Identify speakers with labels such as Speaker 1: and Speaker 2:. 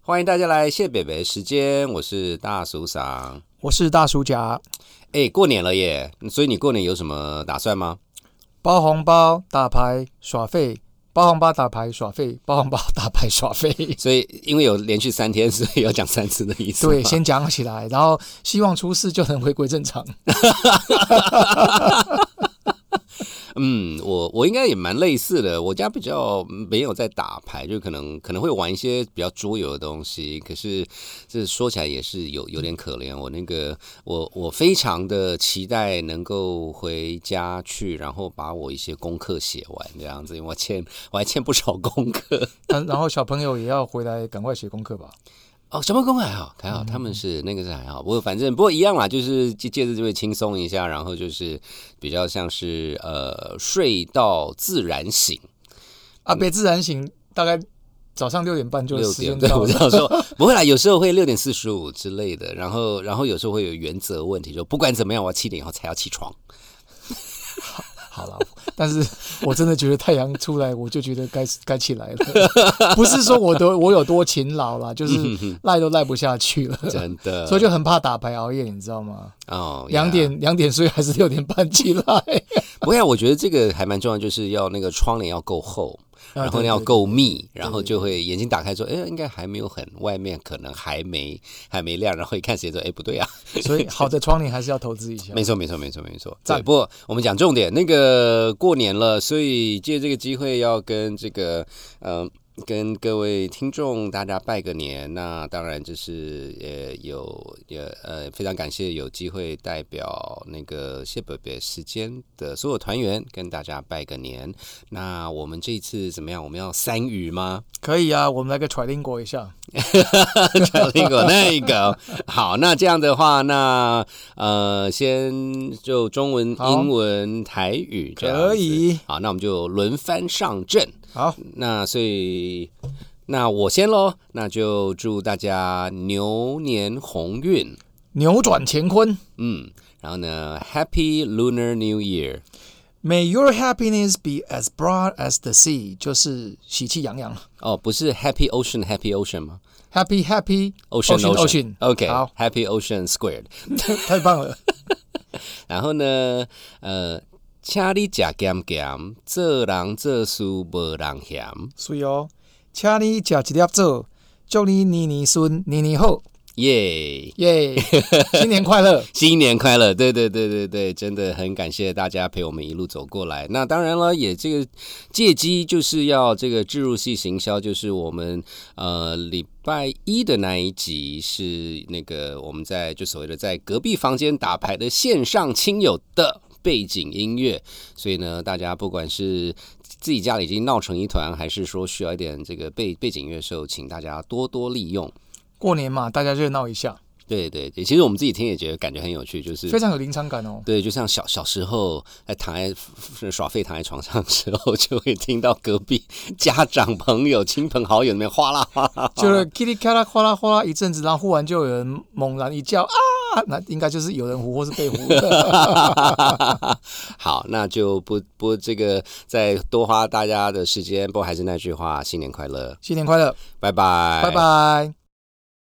Speaker 1: 欢迎大家来谢北北时间，我是大叔赏。
Speaker 2: 我是大叔甲，
Speaker 1: 哎，过年了耶，所以你过年有什么打算吗？
Speaker 2: 包红包、打牌、耍废，包红包、打牌、耍废，包红包、打牌、耍废。
Speaker 1: 所以因为有连续三天，所以要讲三次的意思吗。
Speaker 2: 对，先讲起来，然后希望初四就能回归正常。
Speaker 1: 嗯，我我应该也蛮类似的，我家比较没有在打牌，就可能可能会玩一些比较桌游的东西。可是这说起来也是有有点可怜，我那个我我非常的期待能够回家去，然后把我一些功课写完这样子，因为我欠我还欠不少功课。
Speaker 2: 然然后小朋友也要回来，赶快写功课吧。
Speaker 1: 哦，小猫公还好，
Speaker 2: 嗯
Speaker 1: 还好，他们是那个是还好，不过反正不过一样啦，就是借借着这位轻松一下，然后就是比较像是呃睡到自然醒。
Speaker 2: 啊，别自然醒，大概早上六点半就
Speaker 1: 六
Speaker 2: 时
Speaker 1: 点，
Speaker 2: 间
Speaker 1: 对
Speaker 2: 到
Speaker 1: 我这
Speaker 2: 了。
Speaker 1: 样说不会啦，有时候会六点四十五之类的，然后然后有时候会有原则问题，就不管怎么样，我要七点以后才要起 床。
Speaker 2: 好了，但是我真的觉得太阳出来，我就觉得 该该起来了。不是说我多我有多勤劳啦， 就是赖都赖不下去了，
Speaker 1: 真的，
Speaker 2: 所以就很怕打牌熬夜，你知道吗？
Speaker 1: 哦，
Speaker 2: 两
Speaker 1: 呀
Speaker 2: 点两点睡还是六点半起 来，
Speaker 1: 不会啊，我觉得这个还蛮重要，就是要那个窗帘要够厚，然后
Speaker 2: 啊对
Speaker 1: 呢要
Speaker 2: 对
Speaker 1: 够密，然后就会眼睛打开说，哎，应该还没有很，外面可能还没还没亮，然后一看时间说，哎，不对啊，
Speaker 2: 所以好的窗帘还是要投资一下。
Speaker 1: 没错，没错，没错，没错。对，
Speaker 2: 赞
Speaker 1: 不过我们讲重点，那个过年了，所以借这个机会要跟这个呃。跟各位听众大家拜个年，那当然就是呃有也呃非常感谢有机会代表那个谢伯伯时间的所有团员跟大家拜个年。那我们这一次怎么样？我们要三语吗？
Speaker 2: 可以啊，我们来个 trilingual 一下。
Speaker 1: 传令狗那个。好，那这样的话，那呃，先就中文、
Speaker 2: 好
Speaker 1: 英文、台语这样子
Speaker 2: 可以
Speaker 1: 好，那我们就轮番上阵。
Speaker 2: 好，
Speaker 1: 那所以，那我先喽。那就祝大家牛年鸿运。
Speaker 2: 扭转乾坤。
Speaker 1: 嗯，然后呢，Happy Lunar New Year。
Speaker 2: May your happiness be as broad as the sea，就是喜气洋洋。
Speaker 1: 哦，不是 Happy Ocean Happy Ocean 吗
Speaker 2: Happy Happy
Speaker 1: ？Ocean
Speaker 2: Ocean。好，
Speaker 1: OK，Happy Ocean Squared。
Speaker 2: 太棒了。
Speaker 1: 然后呢，呃，请你食咸咸，做人做事无人嫌。
Speaker 2: 所以哦，请你吃一粒枣，祝你年年顺，年年好，
Speaker 1: 耶、
Speaker 2: 耶！ 新年快乐。
Speaker 1: 新年快乐！对对对对对，真的很感谢大家陪我们一路走过来。那当然了，也这个借机就是要这个置入系行销，就是我们呃礼拜一的那一集是那个我们在就所谓的在隔壁房间打牌的线上亲友的背景音乐，所以呢，大家不管是自己家里已经闹成一团，还是说需要一点这个背背景乐的时候，请大家多多利用。
Speaker 2: 过年嘛，大家热闹一下，
Speaker 1: 对对对，其实我们自己听也觉得感觉很有趣，就是
Speaker 2: 非常有临场感哦。
Speaker 1: 对，就像小小时候在躺在耍废躺在床上的时候，就会听到隔壁家长、朋友、亲朋好友里面哗啦哗啦，
Speaker 2: 就是 kitty 咔啦哗啦哗啦一阵子，然后忽然就有人猛然一叫啊，那应该就是有人胡或是被胡了。
Speaker 1: 好，那就不不这个再多花大家的时间，不过还是那句话，新年快乐，
Speaker 2: 新年快乐，
Speaker 1: 拜拜，
Speaker 2: 拜拜。